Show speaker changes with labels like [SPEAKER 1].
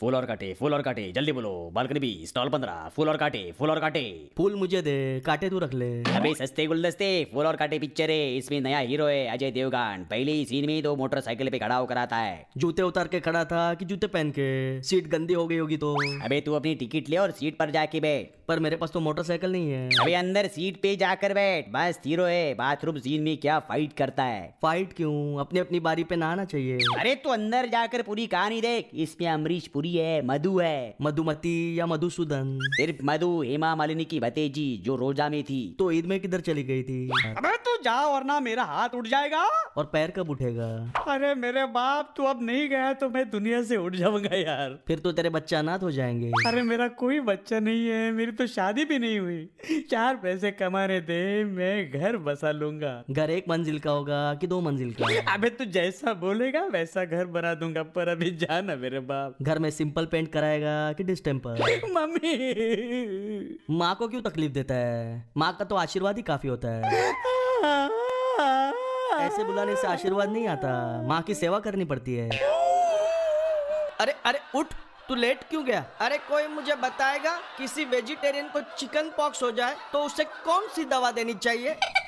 [SPEAKER 1] फूल और काटे फूल और काटे जल्दी बोलो बालकनी भी स्टॉल पंद्रह फूल और काटे फूल और काटे
[SPEAKER 2] फूल मुझे दे काटे तू रख ले
[SPEAKER 1] अभी सस्ते गुलदस्ते फूल और काटे पिक्चर है इसमें नया हीरो है अजय देवगन पहली सीन में ही दो मोटरसाइकिल पे खड़ा होकर आता है
[SPEAKER 2] जूते उतार के खड़ा था कि जूते पहन के सीट गंदी हो गई होगी तो
[SPEAKER 1] अबे तू अपनी टिकट ले और सीट पर जाके बैठ
[SPEAKER 2] पर मेरे पास तो मोटरसाइकिल नहीं है
[SPEAKER 1] अबे अंदर सीट पे जाकर बैठ बस हीरो है बाथरूम सीन में क्या फाइट करता है
[SPEAKER 2] फाइट क्यों अपनी अपनी बारी पे ना आना चाहिए
[SPEAKER 1] अरे तू अंदर जाकर पूरी कहानी देख इसमें अमरीश पुरी है मधु है
[SPEAKER 2] मधुमती या मधुसूदन
[SPEAKER 1] सिर्फ मधु हेमा मालिनी की भतीजी जो रोजा में थी
[SPEAKER 2] तो ईद में किधर चली गई थी
[SPEAKER 3] अबे तू जा वरना मेरा हाथ उठ जाएगा
[SPEAKER 2] और पैर कब उठेगा
[SPEAKER 3] अरे मेरे बाप तू अब नहीं गया तो मैं दुनिया से उठ जाऊंगा यार
[SPEAKER 2] फिर तो तेरे बच्चे अनाथ हो जाएंगे
[SPEAKER 3] अरे मेरा कोई बच्चा नहीं है मेरी तो शादी भी नहीं हुई चार पैसे कमाने दे मैं घर बसा लूंगा
[SPEAKER 2] घर एक मंजिल का होगा कि दो मंजिल का
[SPEAKER 3] अबे तू जैसा बोलेगा वैसा घर बना दूंगा पर अभी जाना मेरे बाप
[SPEAKER 2] घर में सिंपल पेंट कराएगा कि डिस्टेम्पर
[SPEAKER 3] मम्मी
[SPEAKER 2] माँ को क्यों तकलीफ देता है माँ का तो आशीर्वाद ही काफी होता है ऐसे बुलाने से आशीर्वाद नहीं आता माँ की सेवा करनी पड़ती है अरे अरे उठ तू लेट क्यों गया अरे कोई मुझे बताएगा किसी वेजिटेरियन को चिकन पॉक्स हो जाए तो उसे कौन सी दवा देनी चाहिए